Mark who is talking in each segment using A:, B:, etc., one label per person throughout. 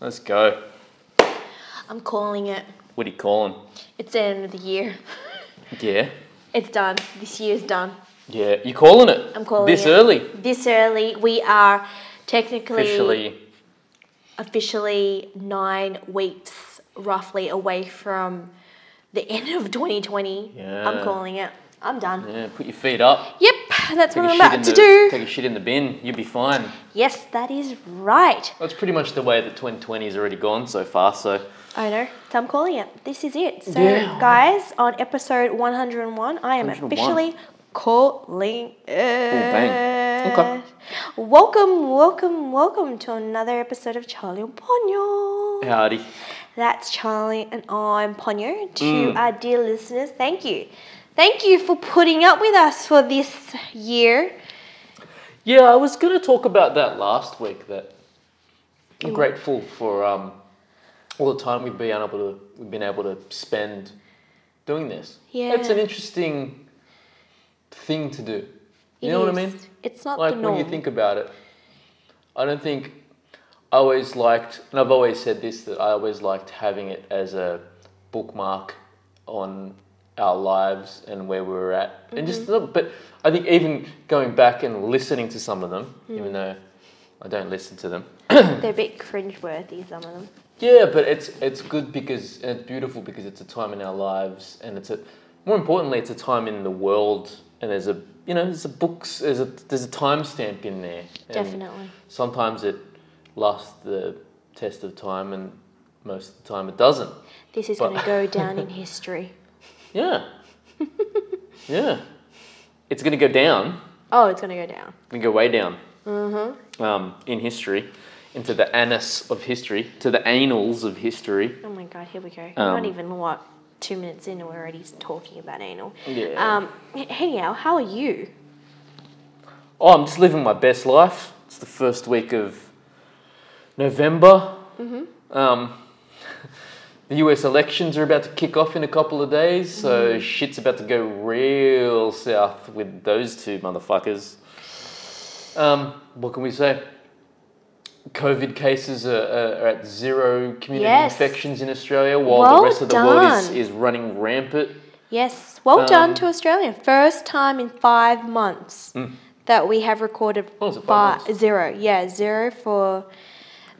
A: Let's go.
B: I'm calling it.
A: What are you calling?
B: It's the end of the year.
A: Yeah.
B: It's done. This year's done.
A: Yeah. You calling it?
B: I'm calling
A: This
B: it.
A: early.
B: This early. We are technically
A: Officially.
B: officially nine weeks roughly away from the end of 2020.
A: Yeah.
B: I'm calling it. I'm done.
A: Yeah, put your feet up.
B: Yep, that's
A: Take a
B: what I'm
A: shit in
B: about to
A: the-
B: do.
A: Take a shit in the bin. You'll be fine.
B: Yes, that is right.
A: That's pretty much the way the 2020's already gone so far, so.
B: I know. So I'm calling it. This is it. So,
A: Yeah.
B: guys, on episode 101, I am
A: 101.
B: officially calling it.
A: bang. Okay.
B: Welcome, welcome, welcome to another episode of Charlie and Ponyo.
A: Howdy.
B: That's Charlie and I'm Ponyo. To
A: Mm.
B: our dear listeners, thank you. Thank you for putting up with us for this year.
A: Yeah, I was going to talk about that last week. That
B: Mm.
A: I'm grateful for um, all the time we've been able to we've been able to spend doing this. it's an
B: Yeah.
A: interesting thing to do. You
B: It
A: know what I
B: is-
A: mean?
B: It's not
A: Like
B: the norm.
A: when you think about it, I don't think I always liked, and I've always said this that I always liked having it as a bookmark on our lives and where we were at, and just
B: Mm-hmm.
A: not- but I think even going back and listening to some of them,
B: Mm.
A: even though I don't listen to them.
B: They're a bit cringeworthy, some of them.
A: Yeah, but it's it's good because and it's beautiful because it's a time in our lives and it's a more importantly it's a time in the world and there's a you know there's a books there's a there's a timestamp in there. and
B: Definitely.
A: Sometimes it lasts the test of time and most of the time it doesn't.
B: This is
A: But-
B: going to go down in history.
A: Yeah. yeah. It's gonna go down.
B: Oh, it's going to go down.
A: Gonna go way down. Mm-hmm. Um, in history, into the anus of history, to the annals of history.
B: Oh my god, here we go.
A: Um,
B: Not even what two minutes in, and we're already talking about anal.
A: Yeah.
B: Um, h- hey Al, how are you?
A: Oh, I'm just living my best life. It's the first week of November.
B: Mm-hmm.
A: Um, the US elections are about to kick off in a couple of days, so
B: Mm-hmm.
A: shit's about to go real south with those two motherfuckers. Um, what can we say? COVID cases are, are, are at zero community
B: Yes.
A: infections in Australia, while
B: Well
A: the rest of the world is,
B: done.
A: is running rampant.
B: Yes, well done
A: Um,
B: to Australia. First time in five months that we have recorded
A: Oh, is Hmm. it five
B: bar-
A: months?
B: zero. Yeah, zero for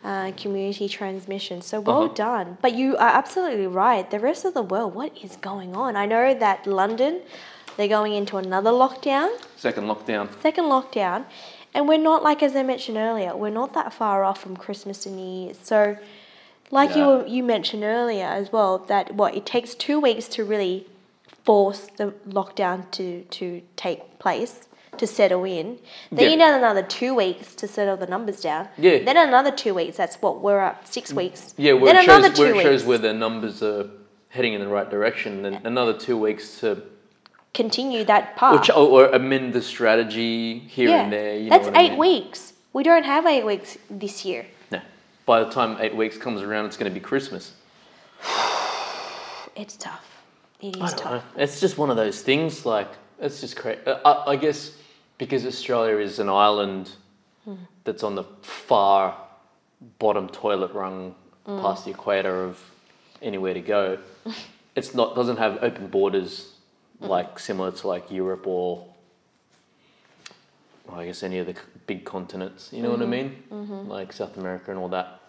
B: uh, community transmission. So well
A: Uh-huh.
B: done. But you are absolutely right. The rest of the world, what is going on? I know that London, they're going into another lockdown.
A: Second lockdown.
B: second lockdown, and we're not like as I mentioned earlier, we're not that far off from Christmas and New Year's. So, like you
A: Yeah.
B: were, you mentioned earlier as well, that what it takes two weeks to really force the lockdown to to take place to settle in. Then you
A: Yeah.
B: need another two weeks to settle the numbers down.
A: Yeah. Mm,
B: Then another two weeks. That's what we're up six weeks.
A: Yeah, where
B: then
A: it, shows, where it shows where the numbers are heading in the right direction, then another two weeks to
B: continue that
A: or,
B: path.
A: ch- or amend the strategy here and there. You know
B: that's
A: what I
B: eight
A: mean?
B: weeks. We don't have eight weeks this year.
A: No. By the time eight weeks comes around, it's going to be Christmas.
B: It's tough. It
A: I
B: is
A: don't
B: tough.
A: know. It's just one of those things. Like it's just crazy. I, I guess because Australia is an island
B: Hmm.
A: that's on the far bottom toilet rung past the equator of anywhere to go. it's not doesn't have open borders
B: Mm-hmm.
A: like similar to like Europe or well, I guess any of the c- big continents. You know what I mean? Like South America and all that.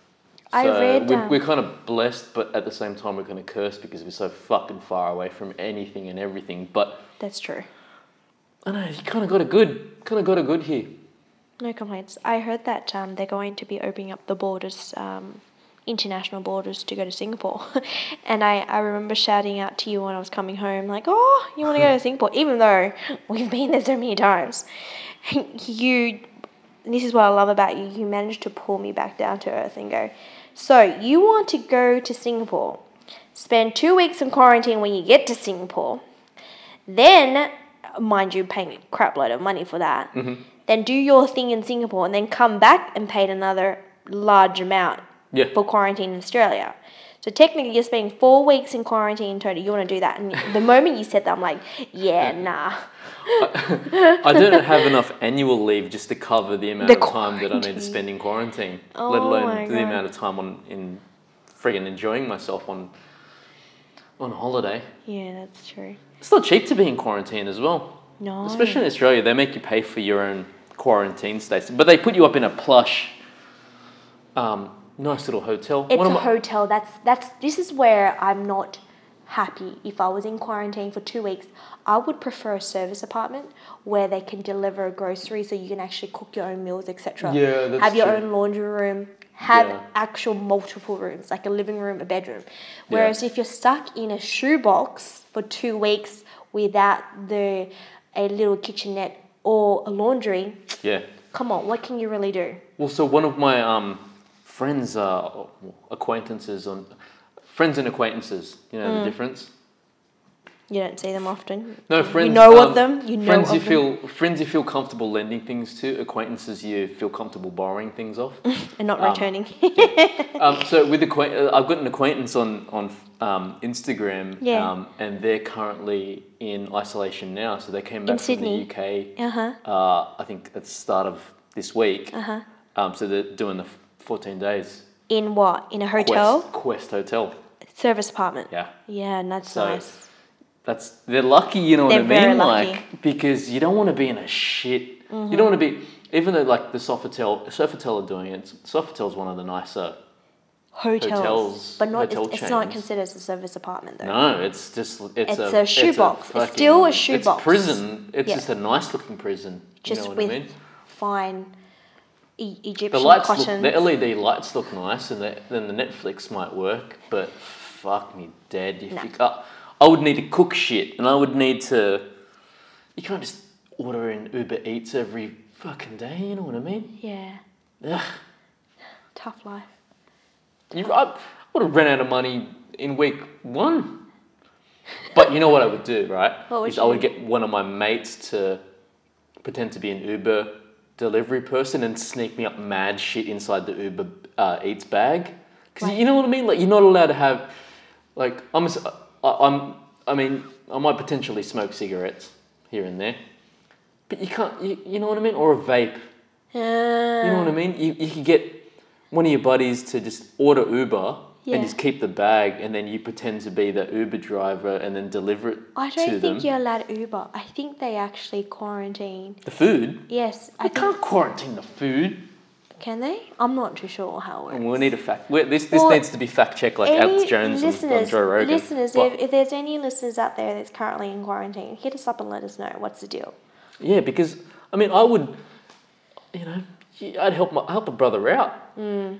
B: Mm-hmm. I read,
A: we're,
B: um,
A: we're kind of blessed, but at the same time, we're kind of cursed because we're so fucking far away from anything and everything. But
B: That's true.
A: I don't know you kind of got a good, kind of got a good here.
B: No complaints. I heard that um, they're going to be opening up the borders, um, international borders, to go to Singapore. and I, I remember shouting out to you when I was coming home, like, oh, you want to go to Singapore? Even though we've been there so many times. you, this is what I love about you, you managed to pull me back down to earth and go, so you want to go to Singapore, spend two weeks in quarantine when you get to Singapore. then mind you paying a crap load of money for that then do your thing in singapore and then come back and pay another large amount
A: Yeah.
B: for quarantine in Australia. So technically, you're spending four weeks in quarantine in total. You want to do that, and the moment you said that, I'm like, yeah, nah.
A: I don't have enough annual leave just to cover the amount
B: The
A: of time that I need to
B: quarantine.
A: spend in quarantine,
B: Oh
A: let
B: my
A: alone the
B: God.
A: amount of time on in friggin' enjoying myself on on holiday.
B: Yeah, that's true.
A: It's not cheap to be in quarantine as well,
B: No,
A: especially in Australia. They make you pay for your own quarantine stays, but they put you up in a plush, um, nice little hotel.
B: it's a
A: of my-
B: hotel. That's that's. This is where I'm not happy. If I was in quarantine for two weeks, I would prefer a service apartment where they can deliver groceries, so you can actually cook your own meals, etc.
A: Yeah, that's
B: Have your
A: true.
B: own laundry room. Have
A: Yeah.
B: actual multiple rooms, like a living room, a bedroom. Whereas if you're stuck in a shoebox for two weeks without the a little kitchenette or a laundry,
A: yeah.
B: come on, what can you really do?
A: Well, so one of my um, friends, uh, acquaintances, on friends and acquaintances. You
B: Mm.
A: know the difference.
B: You don't see them often.
A: No friends.
B: you know
A: um,
B: of them. You know
A: friends
B: of
A: you
B: them.
A: feel friends you feel comfortable lending things to. Acquaintances you feel comfortable borrowing things off.
B: and not
A: Um,
B: returning.
A: um, so with acquaint- uh, I've got an acquaintance on on um, Instagram.
B: Yeah.
A: Um, and they're currently in isolation now. So they came
B: In
A: back from
B: Sydney.
A: the UK.
B: uh huh.
A: Uh, I think at the start of this week.
B: Uh huh.
A: Um, so they're doing the f- fourteen days.
B: In what? In a
A: Quest-
B: hotel
A: Quest Hotel.
B: service apartment.
A: Yeah.
B: Yeah, and that's
A: So-
B: nice.
A: That's they're lucky, you know what I
B: They're very
A: mean?
B: lucky. Mm-hmm.
A: Like because you don't want to be in a shit. You don't want to be even though like the Sofitel Sofitel are doing it. Sofitel is one of the nicer.
B: Hotels,
A: Hotels-
B: but not.
A: hotel
B: it's, it's not
A: chains.
B: considered as a service apartment though.
A: No, it's just it's,
B: It's
A: a,
B: a shoebox. It's
A: fucking-
B: still a
A: It's
B: shoebox.
A: prison. It's
B: Yeah.
A: just a nice looking prison.
B: Just
A: you know what
B: with
A: I mean?
B: fine e- Egyptian
A: The lights look,
B: cotton.
A: the LED lights look nice, and the, then the Netflix might work. But fuck me dead if
B: No.
A: you. Uh, I would need to cook shit, and I would need to. You can't just order in Uber Eats every fucking day. You know what I mean?
B: yeah,
A: Ugh.
B: tough life.
A: You, I would have run out of money in week one. But you know what I would do, right?
B: What would
A: Is
B: you
A: I would
B: do?
A: get one of my mates to pretend to be an Uber delivery person and sneak me up mad shit inside the Uber uh, Eats bag. Because you know what I mean? Like, you're not allowed to have, like, I'm, s- I, am I mean, I might potentially smoke cigarettes here and there. But you can't, you, you know what I mean? Or a vape. You know
B: Uh,
A: what I mean? You, you could get one of your buddies to just order Uber
B: Yeah.
A: and just keep the bag, and then you pretend to be the Uber driver and then deliver it
B: I
A: to
B: don't
A: them.
B: think you're allowed Uber. I think they actually quarantine.
A: The food?
B: Yes, I
A: I
B: think.
A: can't quarantine the food.
B: Can they? I'm not too sure how it works.
A: And we'll need a fact. we this this
B: Well,
A: needs to be fact checked, like Alex Jones and- and Joe Rogan.
B: Listeners,
A: But-
B: if, if there's any listeners out there that's currently in quarantine, hit us up and let us know what's the deal.
A: yeah, because I mean, I would, you know, I'd help my help a brother out.
B: Hmm.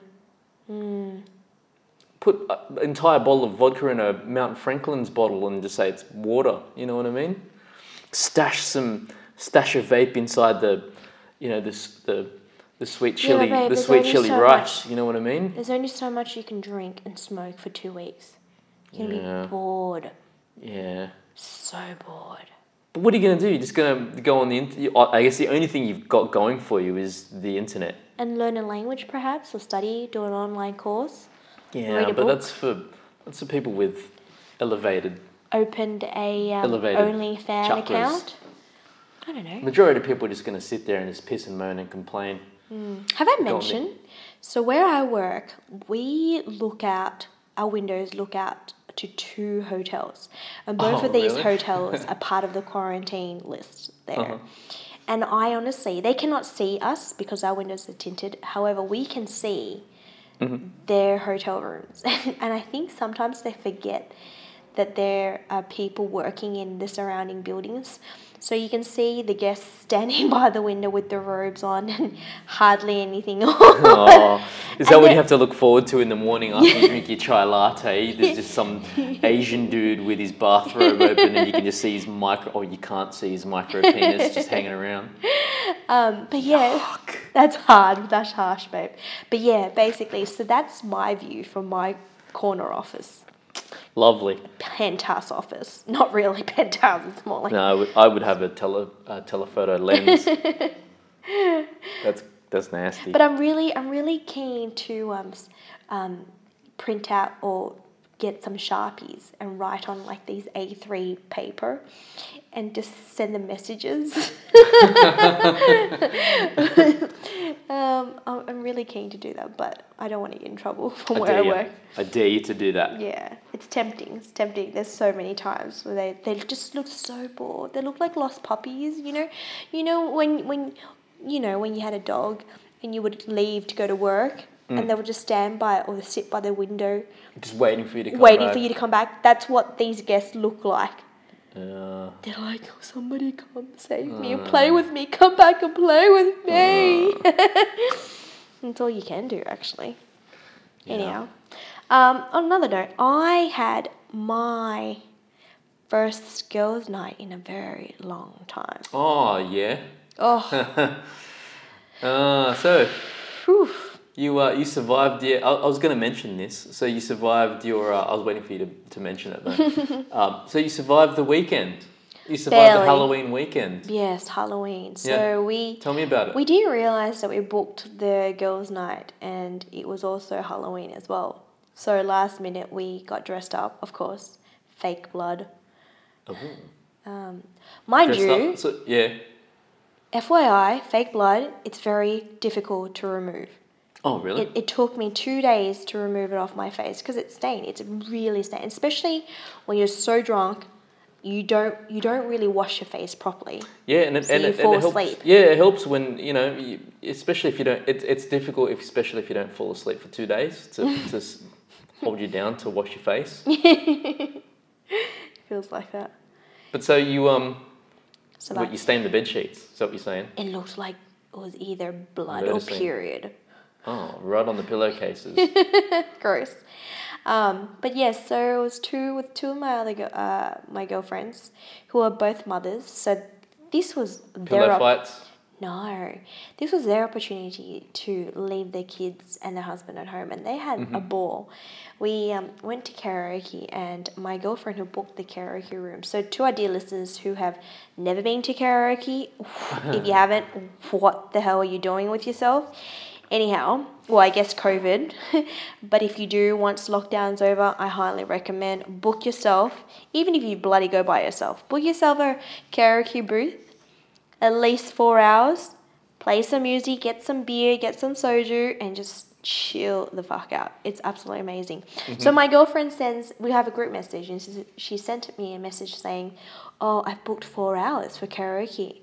A: Put a- an entire bottle of vodka in a Mount Franklin's bottle and just say it's water. You know what I mean? Stash some stash a vape inside the, you know, this the. The sweet
B: Yeah, but
A: chili,
B: babe,
A: the
B: there's
A: sweet
B: only
A: chili
B: so
A: rice. You know what I mean?
B: There's only so much you can drink and smoke for two weeks. You're gonna
A: Yeah.
B: be bored,
A: Yeah.
B: so bored.
A: But what are you gonna do? You're just gonna go on the internet. I guess the only thing you've got going for you is the internet.
B: And learn a language, perhaps, or study, do an online course.
A: Yeah,
B: Read a
A: but
B: book.
A: that's for that's for people with elevated.
B: Opened a um,
A: Elevated
B: OnlyFan
A: chakras.
B: account. I don't know.
A: Majority of people are just going to sit there and just piss and moan and complain.
B: Have I
A: Nick.
B: mentioned? So where I work, we look out our windows look out to two hotels, and both
A: Oh,
B: of these
A: really?
B: hotels are part of the quarantine list there.
A: Uh-huh.
B: And I honestly, they cannot see us because our windows are tinted. However, we can see their hotel rooms, and I think sometimes they forget that there are people working in the surrounding buildings. So you can see the guests standing by the window with their robes on and hardly anything on.
A: Oh, is that
B: And
A: what
B: it-
A: you have to look forward to in the morning after you drink your chai latte? There's just some Asian dude with his bathrobe open, and you can just see his micro, or you can't see his micro penis just hanging around.
B: Um, but yeah, that's hard. That's harsh, babe. But yeah, basically, so that's my view from my corner office,
A: Lovely.
B: penthouse office. Not really penthouse. It's more like
A: No, I would, I would have a tele, uh, telephoto lens. That's That's nasty.
B: But I'm really, I'm really keen to um, s- um, print out or get some sharpies and write on like these A3 paper, and just send them messages. um, I'm I'm really keen to do that, but I don't want to get in trouble from
A: I
B: where I
A: dare
B: work.
A: you. I dare you to do that.
B: Yeah, it's tempting. It's tempting. There's so many times where they, they just look so bored. They look like lost puppies, you know. You know when when you know when you had a dog and you would leave to go to work and they would just stand by or sit by the window
A: Just waiting for you to come
B: waiting for you to come back. That's what these guests look like.
A: Uh,
B: They're like, oh, somebody come save me and play with me. Come back and play with me.
A: Uh.
B: That's all you can do, actually.
A: Yeah.
B: Anyhow, um, on another note, I had my first girls' night in a very long time.
A: oh yeah.
B: Oh,
A: Uh, so
B: phew.
A: you uh, you survived. Yeah, I, I was going to mention this. So you survived your. Uh, I was waiting for you to, to mention it though. um, so you survived the weekend. You survived the
B: Barely.
A: Halloween weekend.
B: yes, Halloween. So
A: Yeah.
B: we
A: Tell me about it.
B: we didn't realize that we booked the girls' night, and it was also Halloween as well. So last minute, we got dressed up, of course, fake blood.
A: Oh,
B: Um, mind
A: dressed
B: you,
A: up. So, yeah.
B: FYI, fake blood. It's very difficult to remove.
A: Oh really?
B: It, it took me two days to remove it off my face because it's stained. It's really stained, especially when you're so drunk. You don't you don't really wash your face properly.
A: Yeah, and it,
B: So
A: and,
B: you
A: it,
B: fall
A: and it helps.
B: asleep.
A: Yeah, it helps when you know, you, especially if you don't. It's it's difficult, if, especially if you don't fall asleep for two days to to s- hold you down to wash your face.
B: feels like that.
A: But so you um,
B: So
A: what,
B: that
A: you stain the bed sheets. Is that what you're saying?
B: it looked like it was either blood or
A: Verticine.
B: period.
A: Oh, right on the pillowcases.
B: Gross. Um, but yes, so it was two with two of my other gi- uh, my girlfriends who are both mothers. So this was their
A: Pillow
B: op-
A: fights.
B: No, this was their opportunity to leave their kids and their husband at home, and they had a ball. We um, went to karaoke, and my girlfriend who booked the karaoke room. So, to our dear listeners who have never been to karaoke, if you haven't, what the hell are you doing with yourself? Anyhow, well, I guess COVID, but if you do, once lockdown's over, I highly recommend book yourself, even if you bloody go by yourself, book yourself a karaoke booth at least four hours, play some music, get some beer, get some soju, and just chill the fuck out. It's absolutely amazing. So my girlfriend sends, we have a group message, and she- she sent me a message saying, "Oh, I've booked four hours for karaoke."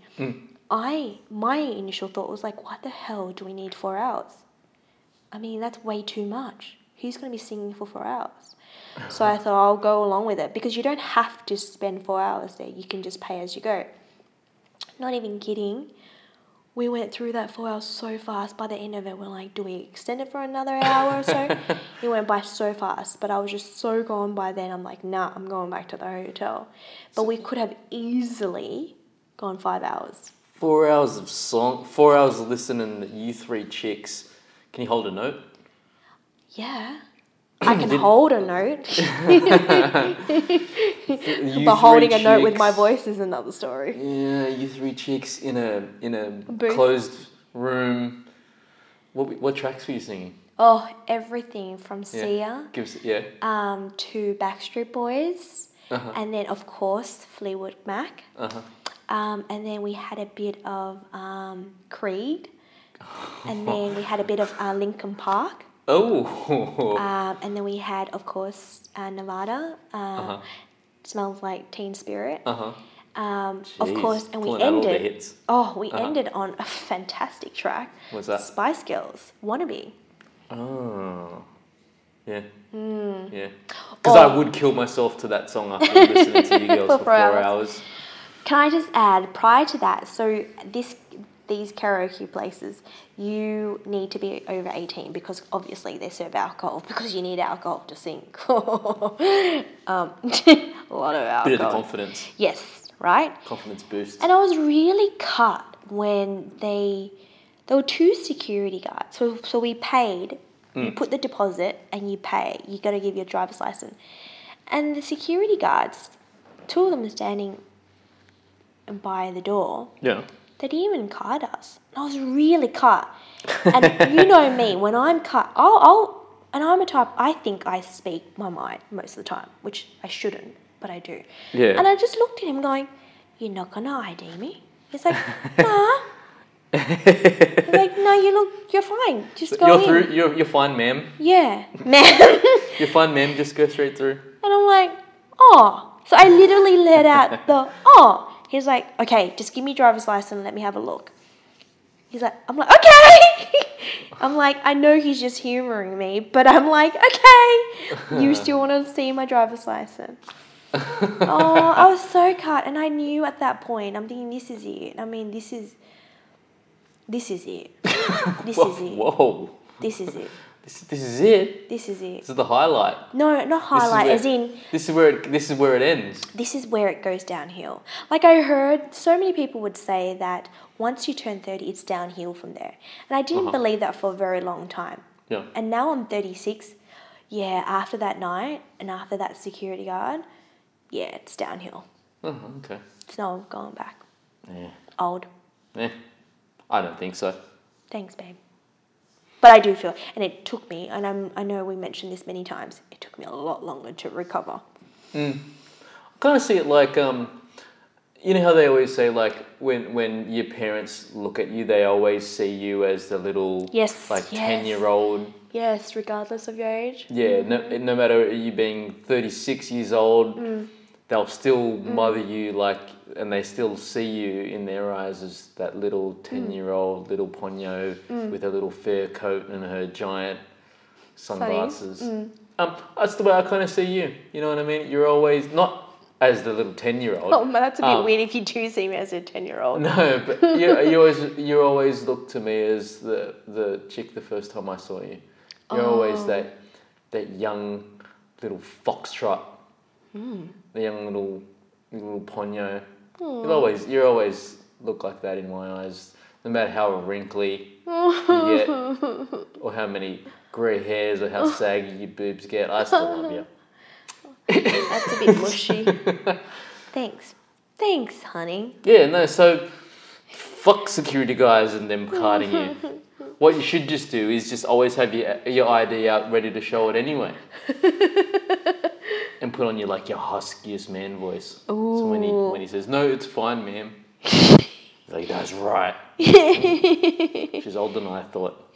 B: I my initial thought was like, "What the hell do we need four hours?" I mean, that's way too much. Who's going to be singing for four hours? So I thought I'll go along with it because you don't have to spend four hours there. You can just pay as you go. Not even kidding. We went through that four hours so fast. By the end of it, we're like, do we extend it for another hour or so? it went by so fast, but I was just so gone by then. I'm like, nah, I'm going back to the hotel. But we could have easily gone five hours.
A: Four hours of song. Four hours of listening. to You three chicks. Can you hold a note?
B: Yeah. I can
A: Did-
B: hold a note.
A: You
B: but holding a note with my
A: voice.
B: voice is another story.
A: Yeah, you three chicks in a in a
B: Booth.
A: closed room. What what tracks were you singing?
B: Oh, everything from
A: Yeah.
B: Sia
A: Give us yeah.
B: um, to Backstreet Boys,
A: Uh-huh.
B: and then of course Fleetwood Mac,
A: Uh-huh.
B: um, and then we had a bit of um, Creed, and then we had a bit of uh, Linkin Park,
A: Oh.
B: um, and then we had of course uh, Nevada. Uh,
A: Uh-huh.
B: Smells like Teen Spirit.
A: Uh-huh.
B: Um, Uh, of
A: Jeez,
B: course, and we
A: pulling out all the
B: ended.
A: hits.
B: Oh, we ended on a fantastic track.
A: Uh-huh. What's that?
B: Spice Girls, "Wannabe."
A: Oh. Yeah.
B: Hmm.
A: Yeah. Because I
B: Or-
A: would kill myself to that song after listening to you girls for four hours.
B: Can I just add, prior to that, so this these karaoke places, you need to be over 18 because obviously they serve alcohol because you need alcohol to sing. um, a lot of
A: Bit of the
B: alcohol.
A: confidence.
B: Yes, right?
A: Confidence boost.
B: Oh, And I was really cut when they there were two security guards. So so we paid. You put the deposit and you pay. You got to give your driver's license. And the security guards, two of them were standing by the door,
A: Yeah.
B: they didn't even card us. And I was really cut. And you know me, when I'm cut, I'll, I'll, and I'm a type, I think I speak my mind most of the time, which I shouldn't, but I do.
A: Yeah.
B: And I just looked at him going, You're not going to ID me? He's like, Nah. He's like, No, you look, you're fine. Just go
A: you're
B: in.
A: through. You're, you're fine, ma'am.
B: Yeah, man.
A: You're fine, ma'am. Just go straight through.
B: And I'm like, oh. So I literally let out the oh. He's like, okay, just give me driver's license and let me have a look. He's like, I'm like, okay. I'm like, I know he's just humoring me, but I'm like, okay. You still want to see my driver's license? Oh, I was so cut, and I knew at that point. I'm thinking, this is it. I mean, this is, this is it. This
A: whoa,
B: is it.
A: whoa.
B: This is it.
A: This, this is it.
B: This is it.
A: This is the highlight.
B: No, not
A: This is
B: highlight.
A: where-
B: As in,
A: This is where it, this is where it ends.
B: this is where it goes downhill. Like I heard so many people would say that once you turn 30, it's downhill from there. And I didn't
A: Uh-huh.
B: believe that for a very long time.
A: Yeah.
B: And now I'm 36. Yeah, after that night and after that security guard, yeah, it's downhill.
A: Oh, okay.
B: It's no going back.
A: Yeah.
B: Old.
A: Eh, I don't think so.
B: Thanks, babe. But I do feel, and it took me, and I'm, I know we mentioned this many times, it took me a lot longer to recover.
A: I kind of see it like um, you know how they always say like when when your parents look at you, they always see you as the little
B: Yes,
A: like
B: yes.
A: ten year old.
B: Yes, regardless of your age.
A: Yeah. No, no matter you being thirty six years old,
B: Mm.
A: they'll still mother you like, and they still see you in their eyes as that little
B: Mm.
A: ten year old little ponyo with her little fur coat and her giant
B: Mm.
A: sunglasses. Um, that's the way I kind of see you. You know what I mean? You're always not as the little ten year old.
B: Oh, man, that's a bit
A: Um,
B: weird if you do see me as a 10 year old.
A: No, but you, you always you always look to me as the the chick the first time I saw you. You're always that that young little foxtrot, the young little little ponyo. You always you always look like that in my eyes, no matter how wrinkly you get, or how many grey hairs, or how saggy your boobs get. I still love you.
B: That's a bit mushy. Thanks. Thanks, honey.
A: Yeah, no, so fuck security guys and them carding you. What you should just do is just always have your, your ID out ready to show it anyway. and put on your like your huskiest man voice. So when he when he says, No, it's fine, ma'am. you're Like that's right. She's older than I thought.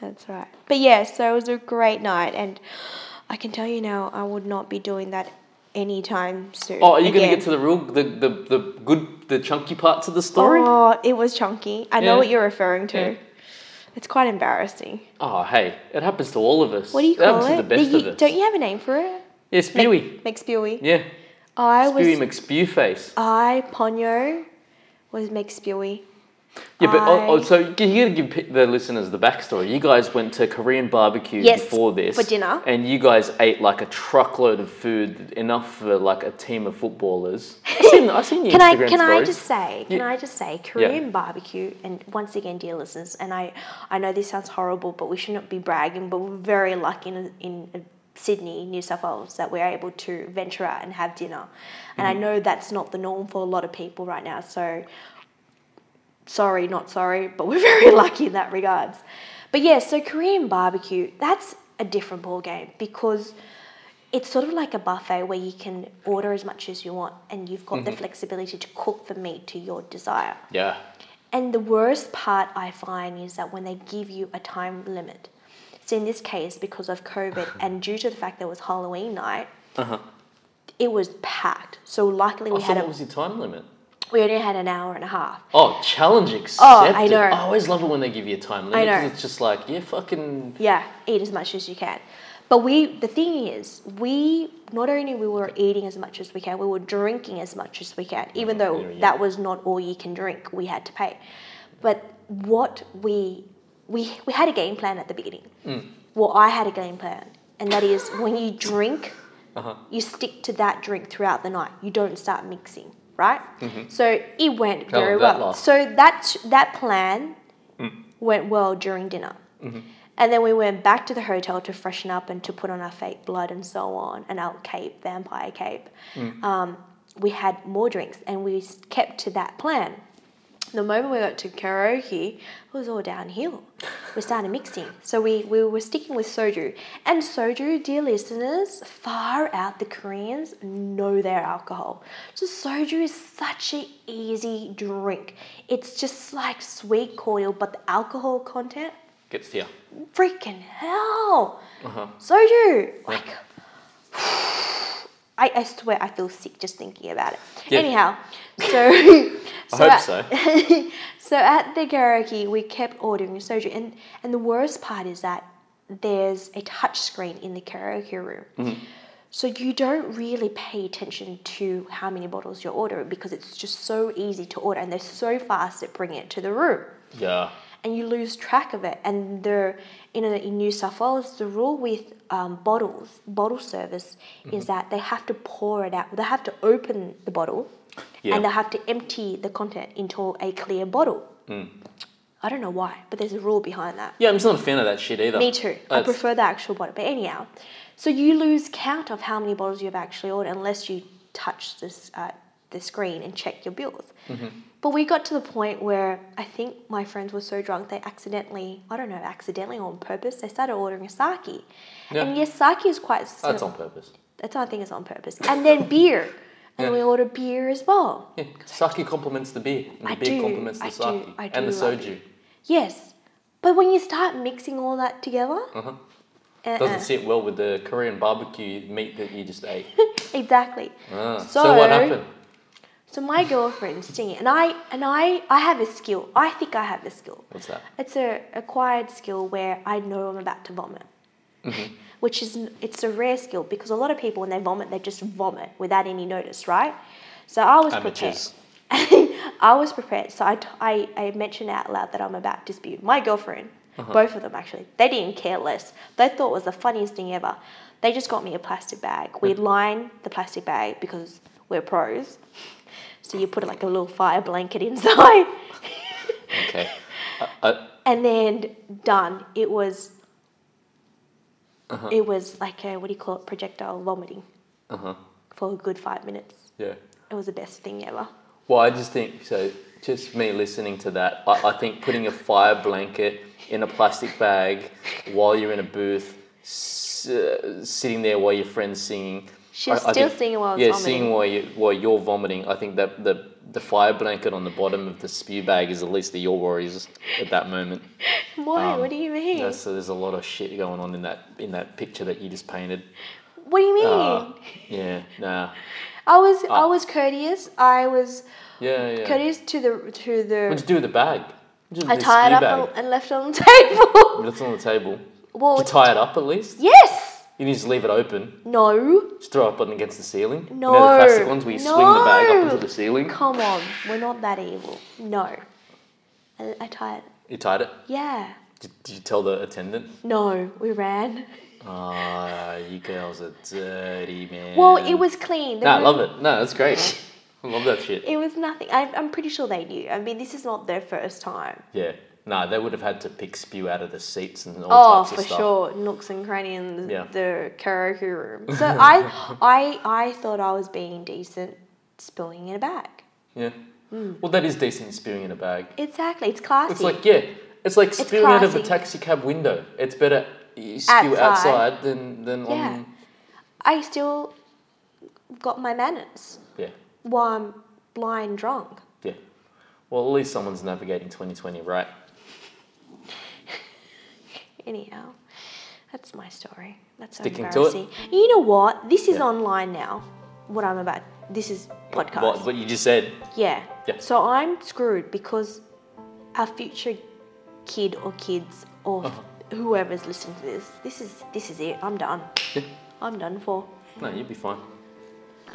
B: That's right. But yeah, so it was a great night, and I can tell you now, I would not be doing that anytime soon.
A: Oh, are you gonna
B: again.
A: get to the real the, the, the good the chunky parts of the story?
B: Oh, it was chunky. I know
A: Yeah.
B: what you're referring to.
A: Yeah.
B: It's quite embarrassing.
A: Oh hey, it happens to all of us.
B: What do you
A: it happens
B: call it?
A: to the best
B: you,
A: of us.
B: Don't you have a name for it?
A: Yeah, Spewy.
B: McSpewy.
A: Yeah.
B: I was.
A: Spewy McSpewface.
B: I Ponyo was McSpewy.
A: Yeah, but oh, oh,
B: I-
A: so you gotta give pe- the listeners the backstory. You guys went to Korean barbecue
B: Yes,
A: before this
B: for dinner.
A: and you guys ate like a truckload of food, enough for like a team of footballers. I seen, I seen your
B: Can I
A: Instagram
B: can I
A: stories.
B: just say can
A: Yeah.
B: I just say Korean barbecue and once again dear listeners and I I know this sounds horrible but we shouldn't be bragging but we're very lucky in, in uh, Sydney New South Wales that we're able to venture out and have dinner and
A: Mm-hmm.
B: I know that's not the norm for a lot of people right now so sorry not sorry but we're very lucky in that regards but yeah so Korean barbecue that's a different ball game because it's sort of like a buffet where you can order as much as you want and you've got the flexibility to cook the meat to your desire.
A: Yeah.
B: And the worst part I find is that when they give you a time limit. So in this case, because of COVID and due to the fact that it was Halloween night, it was packed. So luckily we
A: I thought
B: had
A: Oh, what
B: a,
A: was your time limit?
B: we only had an hour and a half.
A: Oh, challenge accepted.
B: Oh, know.
A: I always love it when they give you a time limit
B: know.
A: because it's just like, yeah, fucking
B: Yeah, eat as much as you can. But we, the thing is, we not only we were eating as much as we can, we were drinking as much as we can, even though
A: Yeah, yeah.
B: that was not all you can drink. We had to pay. But what we we we had a game plan at the beginning. Well, I had a game plan, and that is when you drink,
A: Uh-huh.
B: you stick to that drink throughout the night. You don't start mixing, right? So it went
A: How long
B: very
A: did Mm-hmm. that
B: well.
A: last? Mm.
B: So that that plan went well during dinner.
A: Mm-hmm.
B: And then we went back to the hotel to freshen up and to put on our fake blood and so on, and our cape,
A: Mm.
B: vampire cape. Um, we had more drinks and we s- kept to that plan. the moment we got to karaoke, it was all downhill. We started mixing. So we, we were sticking with soju. And soju, dear listeners, far out the Koreans know their alcohol. So soju is such an easy drink. It's just like sweet cordial, but the alcohol content,
A: Gets to you.
B: freaking hell.
A: Uh-huh.
B: Soju! Like, I, I swear I feel sick just thinking about it.
A: Yeah.
B: Anyhow, so.
A: I
B: so
A: hope
B: at-
A: so.
B: so at the karaoke, we kept ordering soju, and and the worst part is that there's a touch screen in the karaoke room,
A: Mm-hmm.
B: so you don't really pay attention to how many bottles you're ordering because it's just so easy to order, and they're so fast at bringing it to the room,
A: Yeah.
B: and you lose track of it. And the you know in New South Wales, the rule with um, bottles bottle service is that they have to pour it out, they have to open the bottle,
A: Yeah.
B: and they have to empty the content into a clear bottle. I don't know why, but there's a rule behind that.
A: yeah, I'm just not a fan of that shit either.
B: Me too. I
A: That's-
B: prefer the actual bottle. But anyhow, so you lose count of how many bottles you've actually ordered unless you touch this uh, the screen and check your bills.
A: Mm-hmm.
B: But we got to the point where I think my friends were so drunk they accidentally, I don't know, accidentally or on purpose, they started ordering sake.
A: Yeah.
B: And yes, sake is quite.
A: That's on purpose.
B: That's why I think it's on purpose. And then beer. And
A: Yeah.
B: we ordered beer as well.
A: Yeah. Sake complements the beer, and the
B: I
A: beer
B: do,
A: complements the
B: I do,
A: sake
B: I
A: and the
B: do love
A: soju.
B: Yes, but when you start mixing all that together,
A: Uh-huh.
B: uh-uh.
A: Doesn't sit well with the Korean barbecue meat that you just ate.
B: exactly.
A: Ah,
B: So-
A: so what happened?
B: So my girlfriend's singing, and I and I I have a skill. I think I have a skill.
A: What's that?
B: It's a acquired skill where I know I'm about to vomit, which is n- it's a rare skill because a lot of people when they vomit they just vomit without any notice, right? So I was prepared.
A: Amateurs.
B: I was prepared, so I, t- I, I mentioned out loud that I'm about to dispute my girlfriend.
A: Uh-huh.
B: Both of them actually, they didn't care less. They thought it was the funniest thing ever. They just got me a plastic bag. We lined the plastic bag because we're pros. So you put like a little fire blanket inside,
A: Okay. Uh, I, I,
B: and then done. It was, it was like a what do you call it? Projectile vomiting
A: uh-huh.
B: for a good five minutes.
A: Yeah.
B: It was the best thing ever.
A: Well, I just think so. Just me listening to that, I, I think putting a fire blanket in a plastic bag while you're in a booth, s- uh, sitting there while your friend's singing.
B: She was
A: I- I
B: still
A: think-
B: singing while I was
A: yeah,
B: vomiting.
A: singing while you while you're vomiting. I think that the the fire blanket on the bottom of the spew bag is the least of your worries at that moment.
B: Why?
A: Um,
B: what do you mean?
A: Yeah, so there's a lot of shit going on in that in that picture that you just painted.
B: What do you mean?
A: Uh, yeah, nah,
B: I was I was courteous. I was
A: Ah. yeah, yeah.
B: courteous to the to
A: What'd
B: the.
A: you do with the bag? What'd you do
B: I
A: with the
B: tied
A: spew
B: up
A: bag?
B: and, and left it on the table.
A: That's on the table.
B: well,
A: Did you tie it up at least?
B: yes,
A: You need to leave it open.
B: no,
A: Just throw it up on against the ceiling.
B: No.
A: You know the plastic ones where you swing the bag up
B: No.
A: into the ceiling?
B: come on, we're not that evil. No, I, I tied.
A: You tied it?
B: Yeah,
A: Did, did you tell the attendant?
B: no, we ran.
A: Ah, you girls are dirty, man.
B: Well, it was clean. The
A: Nah, I
B: room-
A: love it. No, that's great. I love that shit.
B: It was nothing. I, I'm pretty sure they knew. I mean, this is not their first time.
A: Yeah. Nah, they would have had to pick spew out of the seats and all
B: Oh,
A: types of
B: for
A: stuff.
B: sure, nooks and crannies in the,
A: Yeah.
B: the karaoke room. So I, I, I thought I was being decent, spilling in a bag.
A: Yeah. Well, that is decent spewing in a bag.
B: Exactly, it's classy.
A: It's like, yeah, it's like spewing out of a
B: classy.
A: taxi cab window. It's better you spew
B: Outside.
A: outside than, than
B: Yeah.
A: on.
B: I still got my manners
A: Yeah.
B: while I'm blind drunk.
A: Yeah. Well, at least someone's navigating 2020, right?
B: Anyhow, that's my story. That's so
A: Sticking to it.
B: embarrassing. You know what? This is
A: Yeah.
B: online now. What I'm about. This is podcast.
A: What, what you just said.
B: Yeah.
A: Yeah.
B: So I'm screwed because our future kid or kids or
A: Uh-huh.
B: whoever's listening to this, this is this is it. I'm done.
A: Yeah.
B: I'm done for.
A: No, you'd be fine.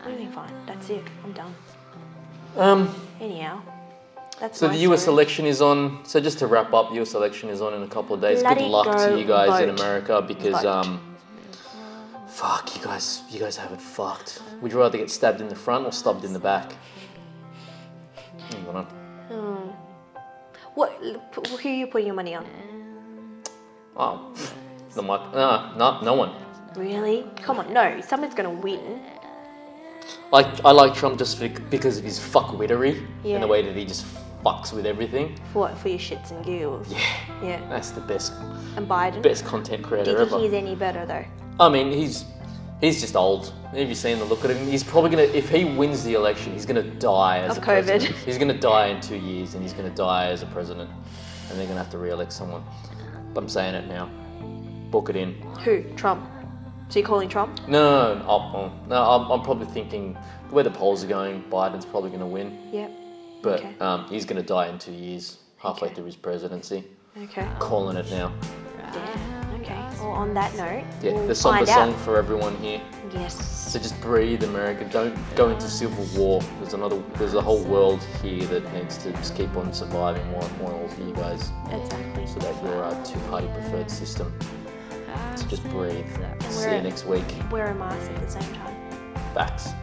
B: I'm doing fine. That's it. I'm done.
A: Um,
B: Anyhow, that's
A: so
B: my
A: the US
B: story.
A: election is on. So just to wrap up, US election is on in a couple of days.
B: Let
A: Good
B: it
A: luck
B: go,
A: to you guys in
B: vote.
A: America because
B: Vote.
A: um, fuck you guys. You guys have it fucked. Would you rather get stabbed in the front or stabbed in the back? Hang on.
B: What? Who are you putting your money on?
A: Oh, the mic. No, no, no one.
B: Really? Come on. No, someone's gonna win.
A: Like I like Trump just bec- because of his fuck wittery and
B: Yeah.
A: the way that he just fucks with everything.
B: What for your shits and giggles? Yeah. Yeah.
A: That's the best
B: And Biden.
A: best content
B: Do you
A: creator
B: think
A: ever.
B: he's any better though?
A: I mean, he's he's just old. Have you seen the look at him? He's probably gonna if he wins the election, he's gonna die as
B: Of
A: a
B: COVID.
A: president. He's gonna die in two years, and he's gonna die as a president, and they're gonna have to re-elect someone. But I'm saying it now. Book it in.
B: Who? Trump. So you're calling Trump?
A: No, no, no. I'll, no I'm, I'm probably thinking the way the polls are going, Biden's probably going to win,
B: Yep.
A: but
B: Okay.
A: um, he's going to die in two years, halfway
B: Okay.
A: through his presidency.
B: Okay.
A: Calling it now.
B: Yeah. Okay. Well, on that note,
A: Yeah,
B: we'll
A: there's somber
B: find out.
A: song for everyone here.
B: Yes.
A: So just breathe, America. Don't go into civil war. There's another. There's a whole world here that needs to just keep on surviving while while you guys.
B: Exactly.
A: So that your uh, two-party preferred system. So just breathe. See you
B: we're-
A: next week.
B: Wear a mask at the same time.
A: Facts.